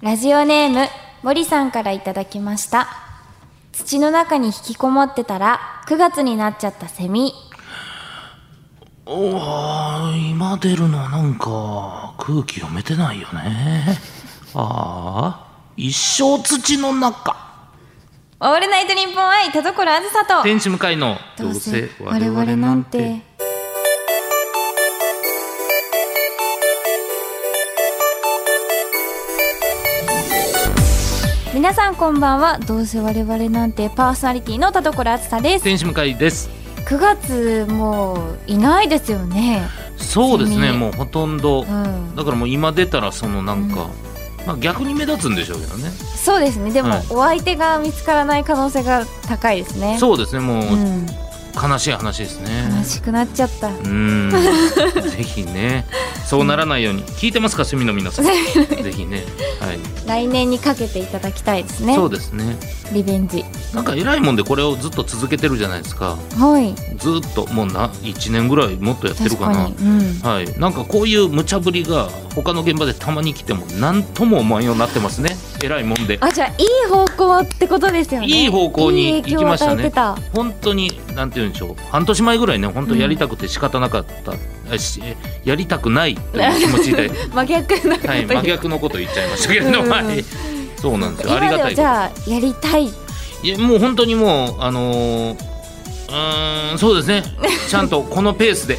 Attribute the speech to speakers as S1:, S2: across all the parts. S1: ラジオネーム森さんからいただきました土の中に引きこもってたら9月になっちゃったセミ
S2: おー今出るのなんか空気読めてないよね ああ一生土の中
S1: オールナイトニッポン愛田所あずさと
S2: 天使向かいの
S1: どうせ我々なんて皆さんこんばんはどうせ我々なんてパーソナリティの田所あずさです
S2: 天使向かいです
S1: 9月もういないですよね
S2: そうです
S1: セ
S2: ね
S1: ミ
S2: もうほとんど、
S1: うん
S2: だからもう今出たらそのなんか、まあ、逆に目立つんでしょうけどね
S1: そうですねでも、
S2: はい
S1: お相手が見つからない可能性が高いですね
S2: そうですねもう、
S1: うん、
S2: 悲しい話ですね
S1: 悲しくなっちゃった
S2: うーん ぜひねそうならないように聞いてますかセミの 皆さんぜひねはい、
S1: 来年にかけていただきたいですね
S2: そうですね
S1: リベンジ
S2: なんか偉いもんでこれをずっと続けてるじゃないですか
S1: はい
S2: ずっともうな1年ぐらいもっとやってる
S1: 確
S2: かな
S1: かに、うん、
S2: はい、なんかこういう無茶ぶりが他の現場でたまに来ても何とも思わんようになってますね偉いもんで
S1: あじゃあいい方向ってことですよね
S2: いい方向に行きましたね
S1: いい影響を与えて
S2: 本当になんて言うんでしょう半年前ぐらいね本当やりたくて仕方なかった、あしえやりたくないという気持 ちで、
S1: た真逆なこと
S2: はい、真逆のこと言っちゃいましたけれど
S1: うんうん
S2: も、はい、そうなんですよあり
S1: 今
S2: が
S1: で
S2: た
S1: はいじ
S2: こ
S1: ゃあやりたい
S2: といやもう本当にもうあのーうーんそうですねちゃんとこのペースで、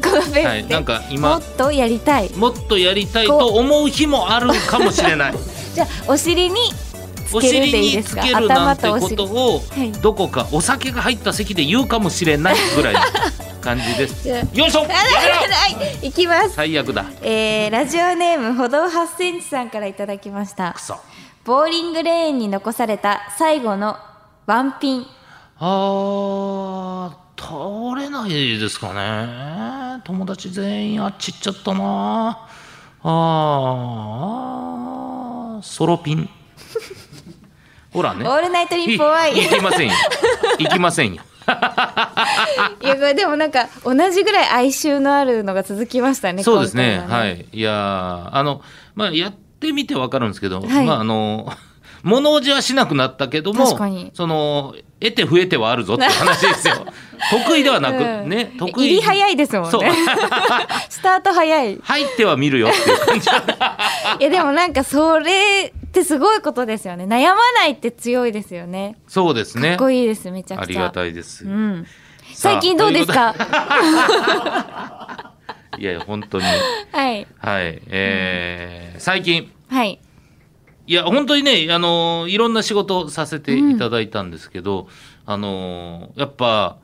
S1: この ペ
S2: は
S1: ー
S2: い、
S1: スで、
S2: なんか
S1: も
S2: 今
S1: っとやりたい
S2: もっとやりたいと思う日もあるかもし れない。
S1: じゃあお尻につ
S2: お
S1: ける
S2: 尻
S1: でいい
S2: に
S1: で
S2: つ
S1: すか
S2: けるなんてことを
S1: はい
S2: どこかお酒が入った席で言うかもしれないぐらいの感じで す。
S1: じゃあ
S2: よいしょやめろ
S1: はいいきます
S2: 最悪だ
S1: えー、ラジオネーム歩道8センチさんからいただきました
S2: くそ
S1: ボーリングレーンに残された最後のワンピン
S2: あー取れないですかね友達全員あっち行っちゃったなあーソロピンほ ら
S1: オ
S2: ね
S1: ールナイト
S2: い
S1: ニッポンワイン
S2: 行きませんよ行きませんよ
S1: いやこれでもなんか同じぐらい哀愁のあるのが続きましたね。
S2: そうですね。
S1: 今回
S2: は。い。いやーあの、まあ、やってみてわかるんですけど、
S1: はい
S2: まあ、あの、 物おじはしなくなったけど
S1: 確
S2: も
S1: かに、
S2: その、得て増えてはあるぞって話で すよ。得意ではなく、
S1: うん
S2: ね、得意。
S1: 入り早いですもん
S2: そう
S1: ね。 スタート早い。い
S2: 入っては見るよっていう 感じ。
S1: やでもなんかそれってすごいことですよね。悩まないって強いですよね。
S2: そうです
S1: か
S2: ね
S1: っ。こいいですめちゃ
S2: あ
S1: く
S2: り
S1: ちゃ。
S2: がたいです。
S1: うん。
S2: さあ
S1: 最近どうですか。
S2: いや、本当に。
S1: はい
S2: はい。えー最近、
S1: はい
S2: いや本当にねあのいろんな仕事をさせていただいたんですけど、あのやっぱ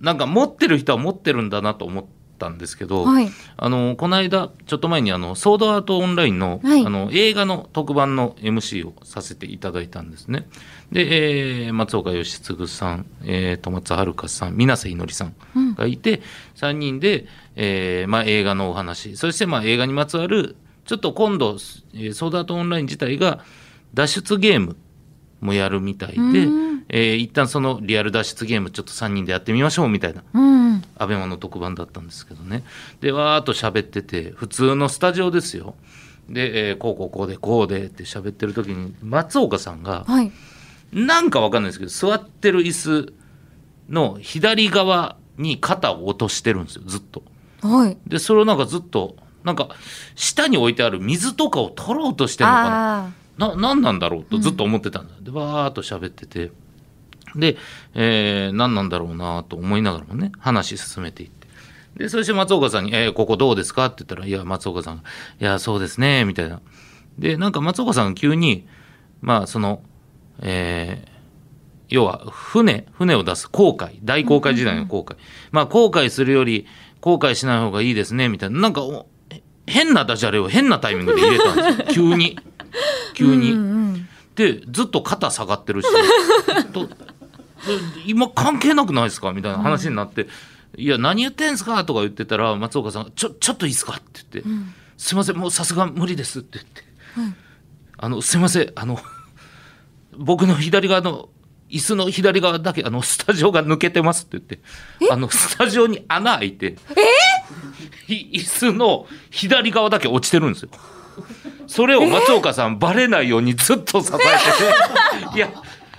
S2: なんか持ってる人は持ってるんだなと思ったんですけど、
S1: はい
S2: あのこの間ちょっと前にあのソードアートオンラインの,、
S1: はい
S2: あの映画の特番の MC をさせていただいたんですね。で、えー松岡義嗣さん、えー、戸松遥さん水瀬いのりさんがいて、3人で、えーまあ、映画のお話そしてまあ映画にまつわるちょっと今度、えーソードアートオンライン自体が脱出ゲームもやるみたいで、
S1: うん
S2: えー一旦そのリアル脱出ゲームちょっと3人でやってみましょうみたいな
S1: うん
S2: アベマの特番だったんですけどねでわーっと喋ってて普通のスタジオですよで、えーこうこうこうでこうでって喋ってる時に松岡さんが
S1: はい
S2: なんかわかんないですけど座ってる椅子の左側に肩を落としてるんですよずっと
S1: はい。
S2: でそれをなんかずっとなんか下に置いてある水とかを取ろうとしてるのかな
S1: あ
S2: な何なんだろうとずっと思ってたんだ、でわーっと喋っててで、えー、何なんだろうなと思いながらもね話進めていってでそして松岡さんに「えーここどうですか?」って言ったら「いや松岡さんがいやそうですね」みたいなでなんか松岡さんが急にまあそのえー要は船船を出す航海大航海時代の航海、まあ航海するより航海しない方がいいですねみたいななんかおへ変なダジャレを変なタイミングで入れたんですよ 急に急に、
S1: ーうん
S2: でずっと肩下がってるしとで今関係なくないですかみたいな話になって「いや何言ってんすか?」とか言ってたら松岡さんが「ちょちょっといいですか?」って言って「すいませんもうさすが無理です」って言って「あのすいませんあの僕の左側の椅子の左側だけあのスタジオが抜けてます」って言ってあのスタジオに穴開いて、い椅子の左側だけ落ちてるんですよ。それを松岡さん、バレないようにずっと支えてていや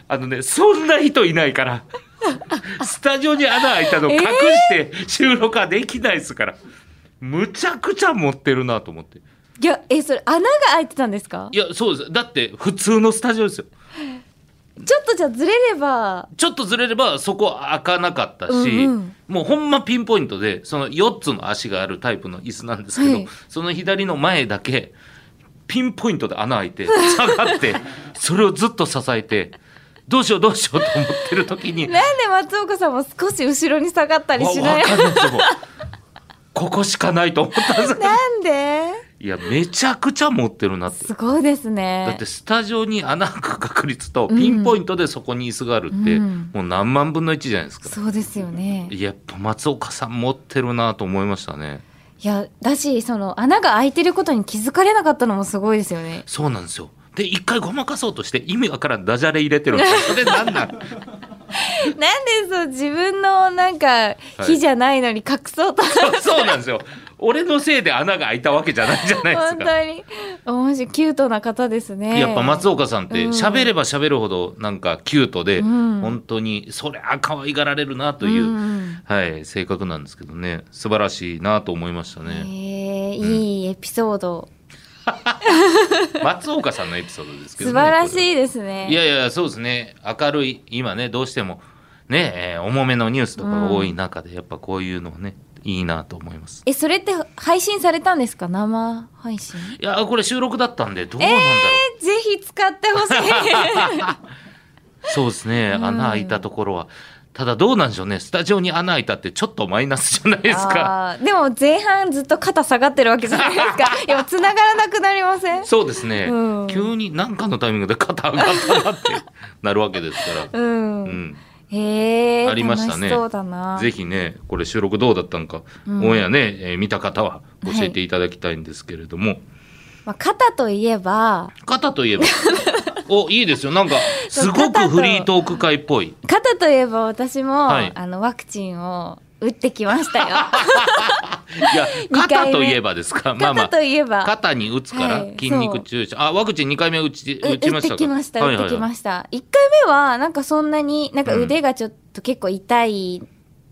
S2: あのねそんな人いないからスタジオに穴開いたの隠して収録はできないですから、むちゃくちゃ持ってるなと思って
S1: いやえそれ穴が開いてたんですか
S2: いやそうですだって普通のスタジオですよ
S1: ちょっとじゃあずれれば
S2: ちょっとずれればそこ開かなかったし、
S1: うんうん
S2: もうほんまピンポイントでその4つの足があるタイプの椅子なんですけど、
S1: はい
S2: その左の前だけピンポイントで穴開 いて下がってそれをずっと支えてどうしようどうしようと思ってる時に
S1: なんで松岡さんも少し後ろに下がったりしない
S2: わわかんないですよここしかないと思ったんです
S1: なんで
S2: いやめちゃくちゃ持ってるなって
S1: すごいです
S2: だ
S1: ね
S2: ってスタジオに穴開く確率とピンポイントでそこに椅子があるって、
S1: うん
S2: もう何万分の1じゃないですか
S1: そうですよね
S2: やっぱ松岡さん持ってるなと思いましたね。
S1: いやだしその穴が開いてることに気づかれなかったのもすごいですよね
S2: そうなんですよ。で一回ごまかそうとして意味わからんダジャレ入れてるんですよ。それなん なん。
S1: なんでそう自分のなんか火じゃないのに隠そうと、
S2: そうそうなんですよ。俺のせいで穴が開いたわけじゃないじゃないです
S1: 本
S2: か。
S1: 当に面白いキュートな方ですね
S2: やっぱ松岡さんって
S1: うん
S2: 喋れば喋るほどなんかキュートで、
S1: うん
S2: 本当にそりゃ可愛がられるなという、
S1: うん
S2: はい性格なんですけどね素晴らしいなと思いました
S1: え
S2: ね、
S1: ーいいエピソード、
S2: 松岡さんのエピソードですけど、
S1: 素晴
S2: ね、
S1: らし
S2: これはい
S1: ですね
S2: いやいや、そうですね。明るい、今ね、どうしても、ね、えー重めのニュースとかが多い中で、やっぱこういうのね、いいなと思います。
S1: えそれって配信されたんですか生配信
S2: いや、これ収録だったんで、どうなんだろう。
S1: ぜひ使ってほしい
S2: そうですね、
S1: うん
S2: 穴開いたところは。ただどうなんでしょうね、スタジオに穴開いたってちょっとマイナスじゃない ですか。
S1: あーでも前半ずっと肩下がってるわけじゃないですか いや繋がらなくなりません
S2: そうですね、
S1: うん
S2: 急に何かのタイミングで肩上がったな ってなるわけですか
S1: う
S2: ら。
S1: ん、
S2: うん、
S1: へえ
S2: ありました
S1: 楽し
S2: ね
S1: そうだな
S2: ぜひねこれ収録どうだったのか、
S1: うん
S2: オンエアね、えー見た方は教えていただきたいんですけれども、
S1: まあ、肩といえば
S2: 肩とい えばおいいですよなんかすごくフリートーク会っぽい
S1: 肩といえば私も、
S2: はい
S1: あのワクチンを打ってきま したよ
S2: いや
S1: 二回目
S2: 肩といえばですかまあま
S1: 肩といえば
S2: あ肩に打つから
S1: はい
S2: 筋肉注射、あワクチン2回目打ち
S1: う
S2: 打ちました
S1: 打ってきました打ってき
S2: し
S1: ました、一1回目はなんかそんなになんか腕がちょっと結構痛い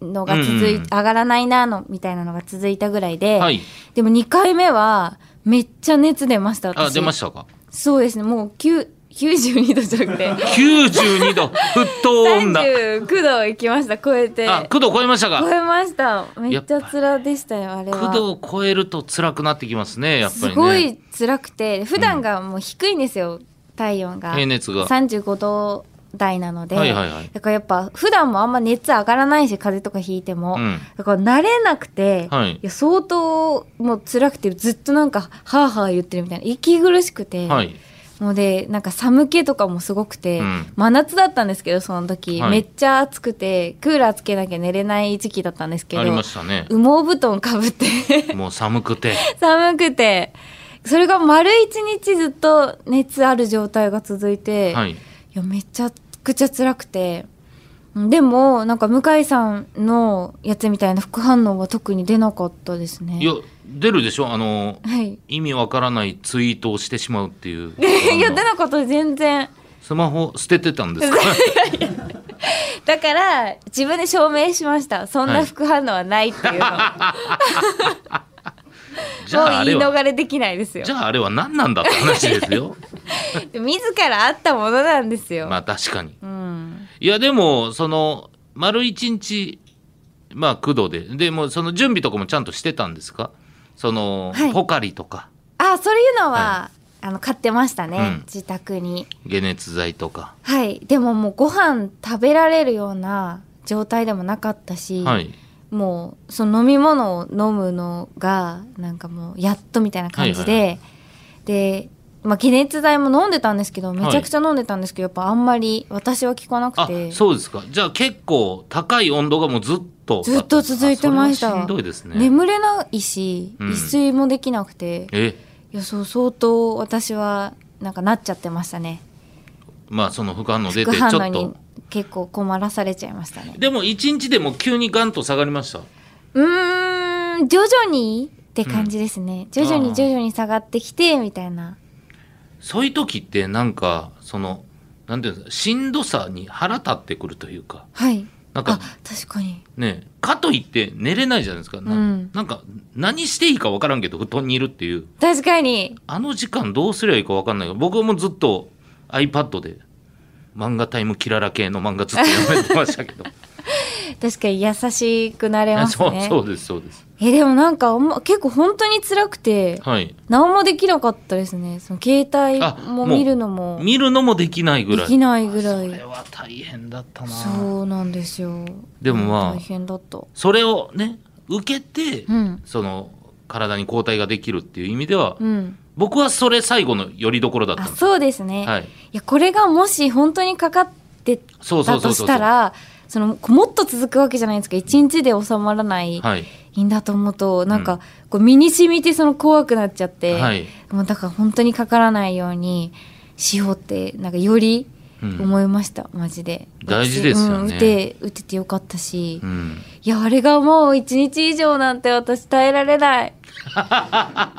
S1: のが続い、
S2: うんうん
S1: 上がらないなのみたいなのが続いたぐらいで、
S2: はい
S1: でも2回目はめっちゃ熱出ました私
S2: あ出ましたか
S1: そうですねもう9 92度じゃなく て
S2: 92度沸騰温度
S1: 39度いきました超えて
S2: あ9度超えました
S1: 超
S2: か
S1: えましためっちゃ辛でしたよあれは
S2: 9度を超えると辛くなってきますねやっぱ
S1: す
S2: り
S1: ご
S2: ね
S1: い辛くて普段がもう低いんですよ、体温が
S2: 平熱が
S1: 35度台なので、
S2: はいはいはい
S1: だからやっぱ普段もあんま熱上がらないし風邪とかひいても、
S2: うん
S1: だから慣れなくて、
S2: はい
S1: や相当もう辛くてずっとなんかハーハー言ってるみたいな息苦しくて、
S2: はい
S1: もうでなんか寒気とかもすごくて、
S2: うん
S1: 真夏だったんですけどその時、
S2: はい
S1: めっちゃ暑くてクーラーつけなきゃ寝れない時期だったんですけ
S2: あ
S1: ど
S2: りましたね
S1: 羽毛布団かぶって
S2: もう寒くて
S1: 寒くてそれが丸一日ずっと熱ある状態が続いて、、
S2: はいい
S1: やめちゃくちゃ辛くてうんでもなんか向井さんのやつみたいな副反応は特に出なかったですね
S2: いや出るでしょあの
S1: はい
S2: 意味わからないツイートをしてしまうっていう
S1: いや出なかった全然
S2: スマホ捨ててた んですか
S1: だから自分で証明しましたそんな副反応はないっていうの、
S2: じゃあ
S1: も
S2: あ
S1: う言
S2: れ
S1: い
S2: は
S1: 逃れできないですよ
S2: じゃああれは何なんだって話で すよ
S1: 自らあったものなんですよ、
S2: まあ確かに
S1: うん
S2: いやでもその丸一日まあ9度ででもうその準備とかもちゃんとしてたんですかその、
S1: はい
S2: ポカリとか
S1: あそういうのは、あの買ってましたね、
S2: うん
S1: 自宅に
S2: 解熱剤とか
S1: はいでももうご飯食べられるような状態でもなかったし、
S2: はい
S1: もうその飲み物を飲むのがなんかもうやっとみたいな感じで、
S2: はい
S1: で、まあ、解熱剤も飲んでたんですけど
S2: い
S1: めちゃくちゃ飲んでたんですけど、やっぱあんまり私は効かなく
S2: あ
S1: て
S2: そうですかじゃあ結構高い温度がもうずっと
S1: ずっと続いてました
S2: あそれはしんどいですね
S1: 眠れないし
S2: うん
S1: 一睡もできなくて、
S2: え
S1: いやそう相当私はなんかなっちゃってましたね
S2: まあその副反応出て
S1: 副
S2: ち
S1: 反
S2: ょ
S1: 応
S2: っ
S1: に
S2: と
S1: 結構困らされちゃいましたね
S2: でも一日でも急にガンと下がりました
S1: うーん徐々にって感じですね、徐々
S2: あ
S1: に
S2: ー
S1: 徐々に下がってきてみたいな
S2: そういう時ってなんかそのなんていうんですかしんどさに腹立ってくるというか
S1: はい。
S2: なん
S1: あ
S2: か、
S1: 確かに。
S2: ねかといって寝れないじゃないですか、な
S1: うん
S2: なんか何していいか分からんけど布団にいるっていう
S1: 確かに。
S2: あの時間どうすりゃいいか分かんないから僕はもうずっと iPad で漫画タイムキララ系の漫画ずっと読めてました けど
S1: 確かに優しくなれます
S2: そう
S1: ね。
S2: そうですそうです
S1: え、でもなんかあんま、結構本当に辛くて、
S2: はい
S1: 何もできなかったですね。その携
S2: あ
S1: 帯も
S2: もう
S1: 見るのも
S2: 見るのもできないぐ
S1: で
S2: らい
S1: きないぐらい。
S2: それは大変だったな
S1: そうなんですよ。
S2: でもまあ
S1: 大変だった。
S2: それをね受けて、
S1: うん。
S2: その体に抗体ができるっていう意味では、
S1: うん。
S2: 僕はそれ最後のよりどころだった
S1: あ、
S2: んです
S1: そうですね。、
S2: はいい
S1: や、これがもし本当にかかって
S2: そうそ
S1: だ
S2: うそ
S1: と
S2: うそ
S1: し
S2: う
S1: たら、その、もっと続くわけじゃないですか。一日で収まらない。
S2: はい
S1: いいんだと思うと、なんか、こう身に染みてその怖くなっちゃって、
S2: はい
S1: もうだから本当にかからないようにしようって、なんかより
S2: うん
S1: 思いました、マジで。
S2: 大事ですよね
S1: うん打て、打ててよかったし、
S2: う
S1: い
S2: ん
S1: や、あれがもう一日以上なんて私耐えられ ない。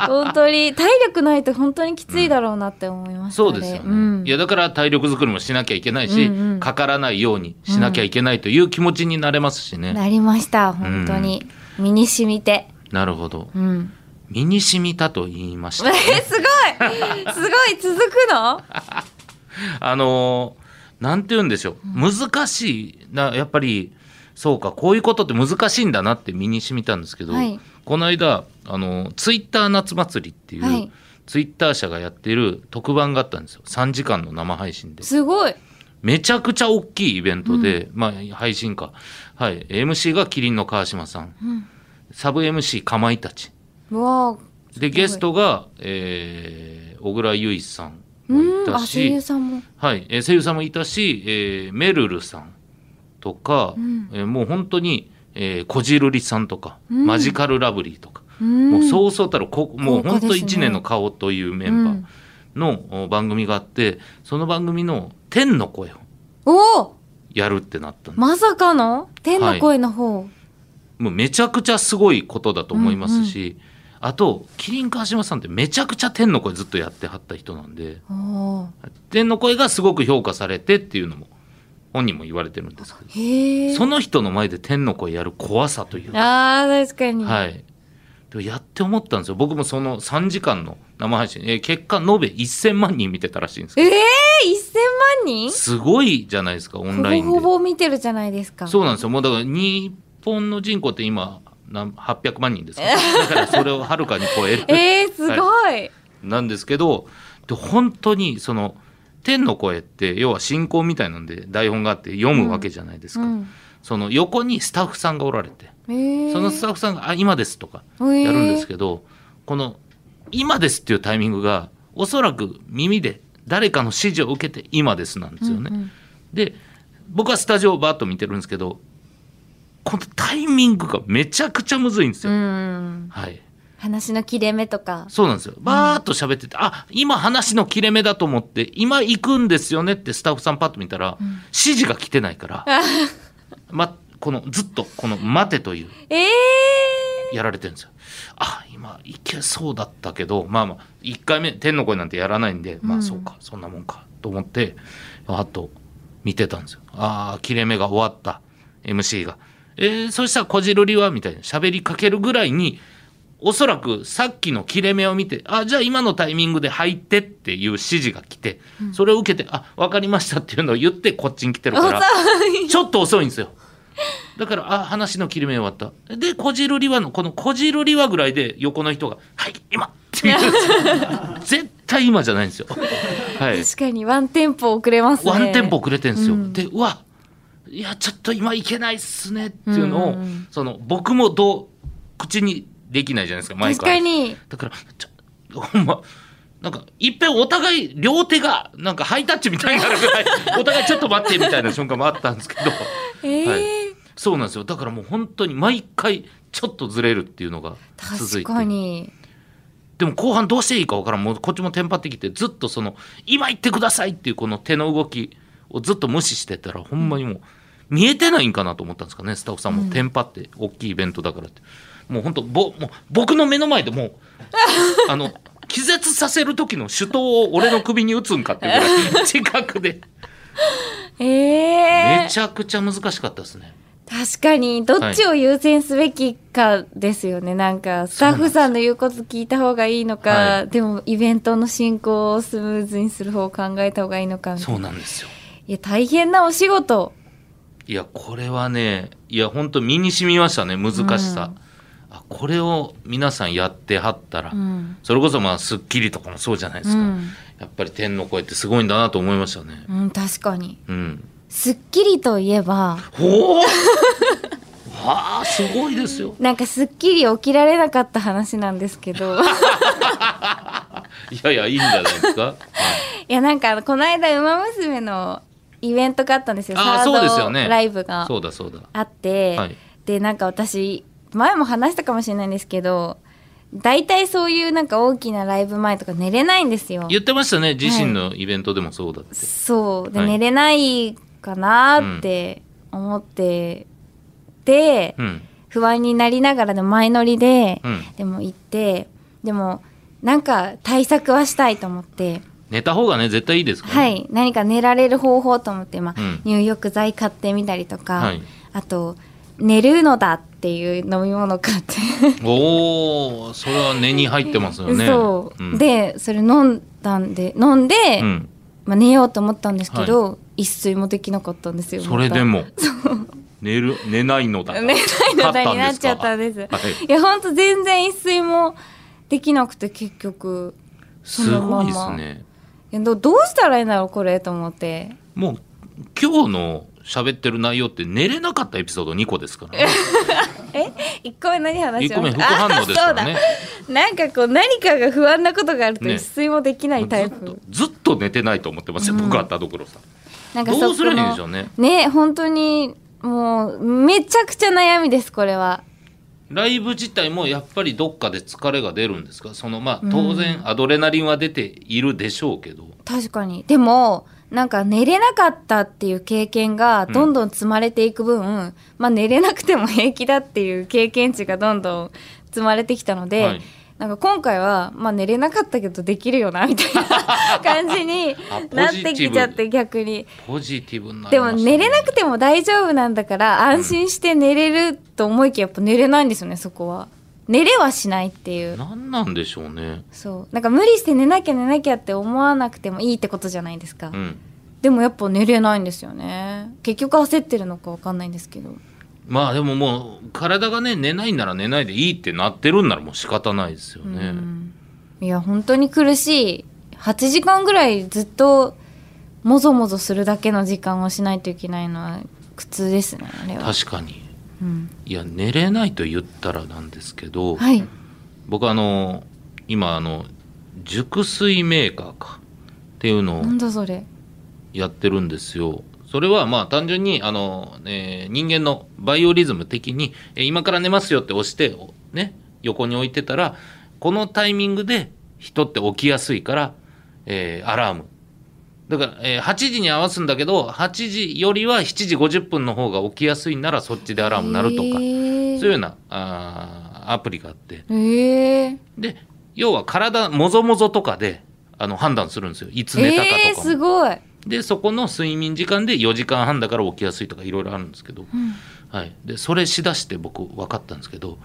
S1: 本当に、体力ないと本当にきついだろうなって思いました、
S2: そうですよね、
S1: あれうん
S2: いやだから体力作りもしなきゃいけないし、
S1: うんうん
S2: かからないようにしなきゃいけないという気持ちになれますしね、
S1: なりました、本当に。身に染みて。
S2: なるほど
S1: うん。
S2: 身に染みたと言いまし
S1: え
S2: た
S1: すごいすごい続くの
S2: あのーなんて言うんでしょう難しいなやっぱりそうかこういうことって難しいんだなって身に染みたんですけど、
S1: はい
S2: この間あのツイッター夏祭りっていう、
S1: はい
S2: ツイッター社がやってる特番があったんですよ3時間の生配信です
S1: ごい
S2: めちゃくちゃ大きいイベントで、まあ配信か、はい、MC が麒麟の川島さん
S1: うん
S2: サブ MC かまいたち
S1: うわあ
S2: でゲストが、えー小倉唯さん
S1: う
S2: もい
S1: ん
S2: た
S1: あ声優
S2: し、
S1: さんも
S2: はいえー声優さんもいたし、えーめるるさんとか、
S1: うん
S2: えーもう本当に、えーこじるりさんとか、
S1: うん
S2: マジカルラブリーとか、
S1: も
S2: もうそうそうたるこも
S1: 豪
S2: う
S1: 華
S2: 本
S1: ですね
S2: 当1年の顔というメンバーのお番組があってその番組の「天の声」を
S1: おお
S2: やるってなったんです
S1: まさかの天の声の方
S2: もうめちゃくちゃすごいことだと思いますし、あと麒麟川島さんってめちゃくちゃ天の声ずっとやってはった人なんで
S1: おお
S2: 天の声がすごく評価されてっていうのも本人も言われてるんですけど
S1: へえ
S2: その人の前で天の声やる怖さというか、
S1: あー確かに
S2: はい、でもやって思ったんですよ僕もその3時間の生配信、えー結果延べ1000万人見てたらしいんですけ
S1: ええ1000万人
S2: どすごいじゃないですかオン
S1: ほ
S2: ラインで。
S1: ぼほぼ見てるじゃないですか
S2: そうなんですよ。もうだから日本の人口って今なん800万人ですか。だからそれをはるかに超える
S1: えーすごい
S2: なんですけど、で本当にその天の声って要は進行みたいなんで台本があって読むわけじゃないです
S1: う
S2: か。
S1: ん
S2: その横にスタッフさんがおられて、
S1: ええ
S2: そのスタッフさんがあ今ですとか
S1: や
S2: やるんですけど、この今ですっていうタイミングがおそらく耳で誰かの指示を受けて今ですなんですよね。で僕はスタジオをバーッと見てるんですけどこのタイミングがめちゃくちゃむずいんです
S1: う
S2: よ、
S1: ん
S2: はい
S1: 話の切れ目とか
S2: そうなんですよバーッと喋ってて、あ今話の切れ目だと思って今行くんですよねってスタッフさんパッと見たら、
S1: ん
S2: 指示が来てない から、ま、このずっとこの「待て」という
S1: ええ
S2: やられてるんですよあ今行けそうだったけどまあまあ1回目天の声なんてやらないんで、ま
S1: う
S2: あ
S1: ん
S2: そうかそんなもんかと思ってあと見てたんですよああ切れ目が終わった MC がえー、そしたらこじるりはみたいな喋りかけるぐらいにおそらくさっきの切れ目を見てあじゃあ今のタイミングで入ってっていう指示が来て、それを受けてあわかりましたっていうのを言ってこっちに来てるから ちょっと遅いんですよ。だから、あ、話の切れ目終わった。で、こじるりはの、このこじるりはぐらいで、横の人が、はい、今って言うんですよ 絶対今じゃないんですよ。はい。
S1: 確かにワンテンポ遅れますね
S2: ワンテンポ遅れてんですよ。
S1: うん
S2: で、うわ、いや、ちょっと今いけないっすねっていうのを、
S1: うんうんうん
S2: その、僕もどう、口にできないじゃないですか、毎
S1: 確か
S2: 回。
S1: に
S2: だから、ちょほんま、なんか、いっぺんお互い、両手が、なんかハイタッチみたいになるぐらい、お互いちょっと待ってみたいな瞬間もあったんですけど。
S1: ええ
S2: そうなんですよ。だからもう本当に毎回ちょっとずれるっていうのが続
S1: 確
S2: いて。
S1: かに
S2: でも後半どうしていいかわからん。もうこっちもテンパってきて、ずっとその、今行ってくださいっていうこの手の動きをずっと無視してたら、ほんまにもう、見えてないんかなと思ったんですかね。スタッフさんもテンパって、 大きいイベントだからって。もう本当ぼ、もう僕の目の前でもう、あの、気絶させる時の手刀を俺の首に打つんかっていうぐら い近くで
S1: え
S2: め
S1: え
S2: ちゃくちゃ難しかったですね。
S1: 確かにどっちを優先すべきかですよね、なんかスタッフさんの言うこと聞いた方がいいのかで,、
S2: は
S1: もイベントの進行をスムーズにする方を考えた方がいいのかみたい
S2: そ
S1: な
S2: うなんですよ。
S1: いや大変なお仕事
S2: いやこれはねいや本当身に染みましたね難しさ、あこれを皆さんやってはったら、
S1: うん
S2: それこそまあ『スッキリ』とかもそうじゃないで
S1: う
S2: すか、
S1: ん、
S2: やっぱり天の声ってすごいんだなと思いましたね
S1: うん、確かに
S2: うん
S1: 『スッキリ』といえば
S2: ほうわあすごいですよ
S1: なんか『スッキリ』起きられなかった話なんですけど
S2: いやいやいいんじゃないで すか、
S1: いやなんかあのこの間「ウマ娘」のイベントがあったんですよ
S2: あー
S1: サ
S2: そうですよ
S1: ー
S2: ね
S1: ドライブが
S2: そうだそうだ
S1: あって、
S2: はい
S1: でなんか私前も話したかもしれないんですけど大体そういうなんか大きなライブ前とか寝れないんですよ。
S2: 言ってましたね自身のイベントでもそうだって、
S1: そうで、
S2: はい
S1: 寝れないかなーって思ってて、
S2: うん
S1: 不安になりながらの前乗りで、
S2: うん
S1: でも行ってでもなんか対策はしたいと思って。
S2: 寝た方がね絶対いいですから、
S1: は、い、何か寝られる方法と思って、まあ
S2: うん
S1: 入浴剤買ってみたりとか、
S2: はい
S1: あと寝るのだっていう飲み物買って、
S2: おおそれは根に入ってますよね
S1: そう、
S2: うん、
S1: でそれ飲んだんで飲んで、
S2: うん、
S1: まあ、寝ようと思ったんですけど、一睡もできなかったんですよ
S2: それで
S1: ま
S2: も寝る寝ないのだ
S1: た 寝ないのだになっちゃったんです
S2: 勝ったんですか
S1: いやほんと全然一睡もできなくて結局そ
S2: す
S1: のまま
S2: ごいですね
S1: いやどどうしたらいいんだろうこれと思って
S2: もう今日の喋ってる内容って寝れなかったエピソード2個ですから、ね、
S1: 一個目何話しま
S2: 1個目
S1: し
S2: 副
S1: た
S2: 反応ですからね
S1: あそうだなんかこう何かが不安なことがあると
S2: ね
S1: 一睡もできないタイ
S2: ずっ
S1: プ、
S2: とずっと寝てないと思ってますよ、
S1: うん
S2: 僕は田所さん
S1: なんかそこ
S2: どう
S1: の
S2: すればいいんでしょうね
S1: ね本当にもうめちゃくちゃ悩みですこれは
S2: ライブ自体もやっぱりどっかで疲れが出るんですかそのまあ
S1: うん
S2: 当然アドレナリンは出ているでしょうけど、
S1: 確かにでもなんか寝れなかったっていう経験がどんどん積まれていく分、まあ寝れなくても平気だっていう経験値がどんどん積まれてきたので、
S2: はい
S1: なんか今回は、まあ、寝れなかったけどできるよなみたいな感じに
S2: あポジ
S1: な
S2: ティブ
S1: ってきちゃって逆に
S2: ポジティブになり
S1: で
S2: ま
S1: も
S2: した
S1: 寝
S2: ね
S1: れなくても大丈夫なんだから安心して寝れると思いきややっぱ寝れないんですよねそこは寝れはしないっていう
S2: 何なんでしょうね
S1: そうなんか無理して寝なきゃ寝なきゃって思わなくてもいいってことじゃないですか、
S2: うん
S1: でもやっぱ寝れないんですよね結局焦ってるのかわかんないんですけど
S2: まあでももう体がね寝ないなら寝ないでいいってなってるんならもう仕方ないですよ
S1: う
S2: ね。
S1: んいや本当に苦しい8時間ぐらいずっともぞもぞするだけの時間をしないといけないのは苦痛ですねあれは
S2: 確かに
S1: うん
S2: いや寝れないと言ったらなんですけど、
S1: はい
S2: 僕あの今あの熟睡メーカーかっていうのを
S1: なんだそれ
S2: やってるんですよ。それはまあ単純にあの、えー人間のバイオリズム的に、えー今から寝ますよって押して、おね、横に置いてたらこのタイミングで人って起きやすいから、えーアラームだから、えー8時に合わすんだけど8時よりは7時50分の方が起きやすいならそっちでアラーム鳴るとか、
S1: へー
S2: そういうようなあーアプリがあって
S1: えー、
S2: で要は体もぞもぞとかであの判断するんですよいつ寝たかとかも。
S1: えー、すごい、
S2: でそこの睡眠時間で4時間半だから起きやすいとかいろいろあるんですけど、
S1: うん
S2: はい、でそれしだして僕分かったんですけど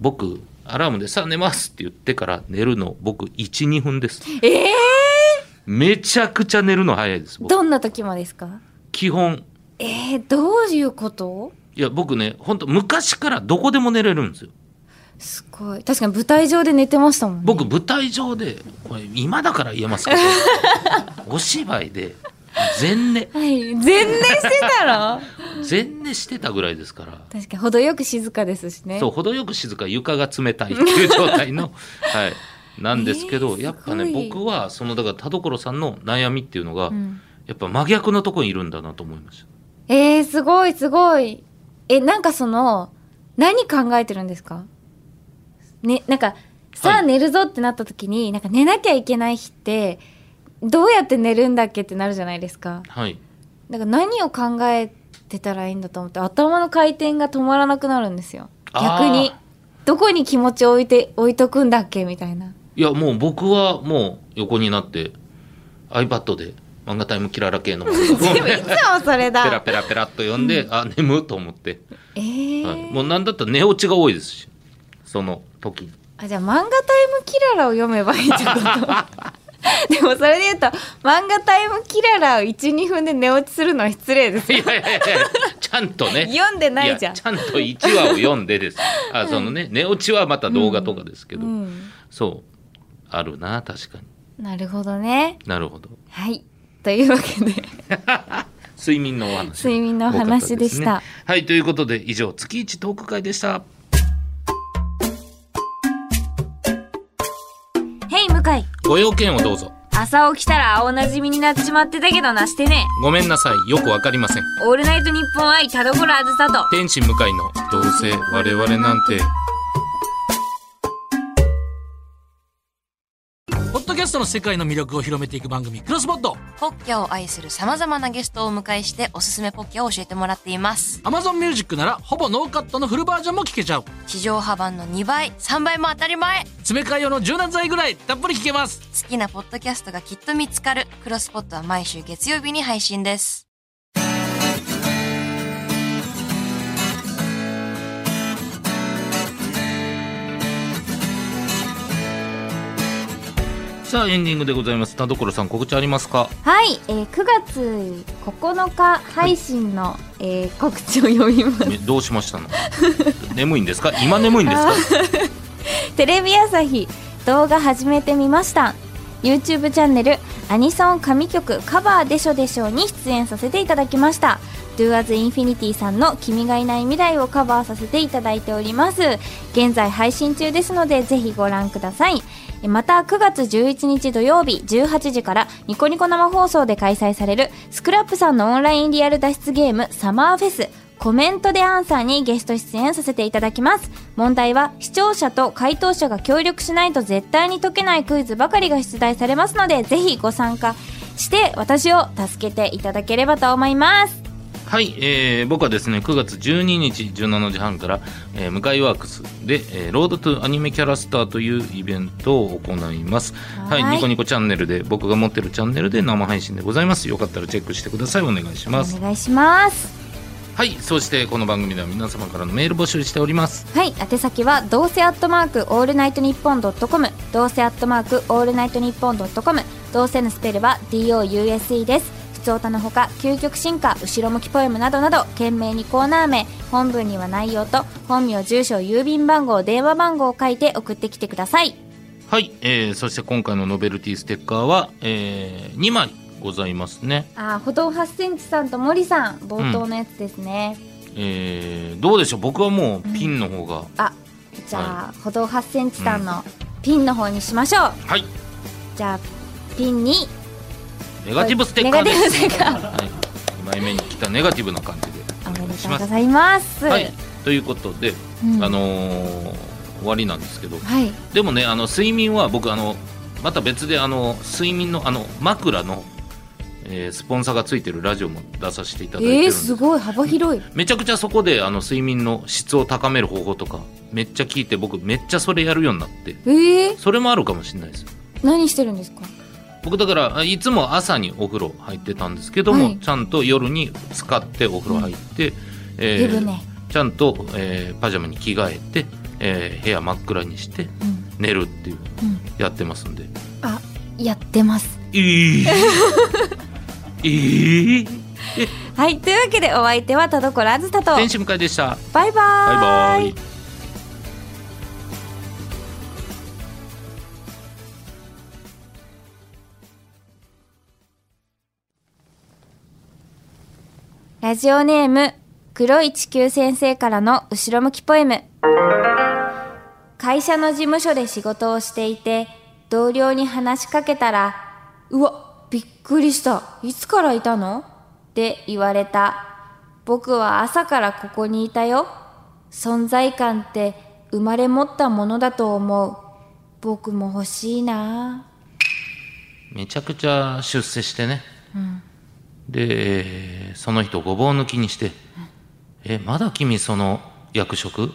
S2: 僕アラームで「さあ寝ます」って言ってから寝るの僕12分です
S1: ええ
S2: めちゃくちゃ寝るの早いです
S1: ー、
S2: 僕
S1: どんな時もですか
S2: 基本
S1: えー、どういうこと
S2: いや僕ね本当昔からどこでも寝れるんですよ
S1: すごい確かに舞台上で寝てましたもん、ね、
S2: 僕舞台上でこれ今だから言えます けどお芝居で全寝
S1: はい全然してたろ
S2: 全寝してたぐらいですから
S1: 確かに程よく静かですしね
S2: そう程よく静か床が冷たいっ ていう状態の、はい、なんですけど、
S1: えー
S2: やっぱ
S1: す
S2: ね
S1: ごい
S2: 僕はそのだから田所さんの悩みっていうのが、
S1: うん
S2: やっぱ真逆のところにいるんだなと思いました
S1: えー、すごいすごいえなんかその何考えてるんですかねなんかさ
S2: は
S1: あ
S2: い
S1: 寝るぞってなった時に、なんか寝なきゃいけない日ってどうやって寝るんだっけってなるじゃないですか
S2: はい
S1: なんか何を考えてたらいいんだと思って頭の回転が止まらなくなるんですよ
S2: あ
S1: 逆
S2: ー
S1: にどこに気持ちを置いて置いとくんだっけみたいな
S2: いやもう僕はもう横になって iPad で漫画タイムキララ系の漫 画を
S1: いつもそれ
S2: ペラ
S1: だ
S2: ペラペラっと読んで、あ眠っと思って、
S1: え
S2: はい
S1: ー
S2: もう何だったら寝落ちが多いですしその時に
S1: あじゃあ漫画タイムキララを読めばいいってこと でもそれで言うと漫画タイムキララを12分で寝落ちするのは失礼です
S2: いやいやいやいやちゃんとね
S1: 読んでないじゃん
S2: やちゃんと1話を読ん でですあそのね寝落ちはまた動画とかですけど、
S1: うん
S2: そうあるな確かに
S1: なるほどね
S2: なるほど
S1: はいというわけで
S2: 睡眠のお話
S1: 睡眠のお話でした
S2: 多かっすねはいということで以上月一トーク会でした
S1: 「へい向井
S2: ご用件をどうぞ
S1: 朝起きたら青なじみになっちまってたけどなしてね
S2: ごめんなさいよくわかりません
S1: オールナイトニッポン愛田所あずさと
S2: 天使向かいのどうせ我々なんて
S3: ポッドキャストの世界の魅力を広めていく番組、クロスボッド
S4: ポッキャを愛する様々なゲストをお迎えしておすすめポッキャを教えてもらっています。
S3: Amazon Music なら、ほぼノーカットのフルバージョンも聞けちゃう。
S4: 地上波版の2倍、3倍も当たり前
S3: 詰め替え用の柔軟剤ぐらい、たっぷり聞けます。
S4: 好きなポッドキャストがきっと見つかる。クロスポットは毎週月曜日に配信です。
S2: さあエンディングでございます田所さん告知ありますか
S1: はい、えー、9月9日配信の、えー告知を読みます
S2: ね どうしましたの眠いんですか今眠いんですか
S1: テレビ朝日動画始めてみました YouTube チャンネル「アニソン神曲カバーでしょでしょ」に出演させていただきました「DoAsInfinity」さんの「君がいない未来」をカバーさせていただいております現在配信中ですのでぜひご覧くださいえまた9月11日土曜日18時からニコニコ生放送で開催されるスクラップさんのオンラインリアル脱出ゲームサマーフェスコメントでアンサーにゲスト出演させていただきます問題は視聴者と回答者が協力しないと絶対に解けないクイズばかりが出題されますのでぜひご参加して私を助けていただければと思います
S2: はい、えー僕はですね9月12日17時半から、えー向井ワークスで、えーロードトゥアニメキャラスターというイベントを行います
S1: は
S2: は
S1: ーい
S2: いニコニコチャンネルで僕が持ってるチャンネルで生配信でございますよかったらチェックしてくださいお願いし
S1: お
S2: ます、
S1: 願いします
S2: はいそしてこの番組では皆様からのメール募集しております
S1: はい宛先はどうせアットマークオールナイトニッポンドットコムどうせアットマークオールナイトニッポンドットコムどうせのスペルは DOUSE です普通歌のほか究極進化後ろ向きポエムなどなど懸命にコーナー名本文には内容と本名住所郵便番号電話番号を書いて送ってきてください
S2: はい、えーそして今回のノベルティステッカーは、え2枚ございますね、
S1: あー歩道8センチさんと森さん冒頭のやつですね、
S2: えーどうでしょう僕はもうピンの方が、
S1: あじゃあ、歩道8センチさんのピンの方にしましょう、
S2: はい
S1: じゃあピンに
S2: ネガティブステッカーで
S1: ネ
S2: す
S1: ガティブステッカー
S2: はい、2枚目に来たネガティブな感じで
S1: お
S2: お
S1: め
S2: 願
S1: で
S2: いし
S1: とう
S2: ます
S1: ご。ざいます。
S2: はい、ということで、
S1: うん
S2: あのー終わりなんですけど
S1: はい。
S2: でもねあの睡眠は僕あのまた別であの睡眠のあの枕の、えースポンサーがついてるラジオも出させていただいてるん
S1: え
S2: で
S1: ー、すごい幅広い。
S2: めちゃくちゃそこであの睡眠の質を高める方法とかめっちゃ聞いて僕めっちゃそれやるようになって
S1: えー、
S2: それもあるかもしれないです
S1: 何してるんですか。
S2: 僕だからあいつも朝にお風呂入ってたんですけども、
S1: はい
S2: ちゃんと夜に使ってお風呂入って、えー
S1: 湯船。
S2: ちゃんと、えーパジャマに着替えて、えー部屋真っ暗にして
S1: うん
S2: 寝るってい
S1: う
S2: う
S1: ん
S2: やってますんで
S1: あ、やってます。
S2: えー、えー、
S1: はい、というわけで、お相手は田所あずたと。
S2: 天使迎えでした
S1: バイバ
S2: バイバイ
S1: ラジオネーム黒い地球先生からの後ろ向きポエム会社の事務所で仕事をしていて同僚に話しかけたら「うわびっくりしたいつからいたの?」って言われた僕は朝からここにいたよ存在感って生まれ持ったものだと思う僕も欲しいな
S2: めちゃくちゃ出世してね、でえーその人ごぼう抜きにして「えまだ君その役職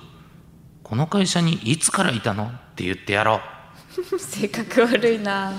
S2: この会社にいつからいたの?」って言ってやろう
S1: 性格悪いな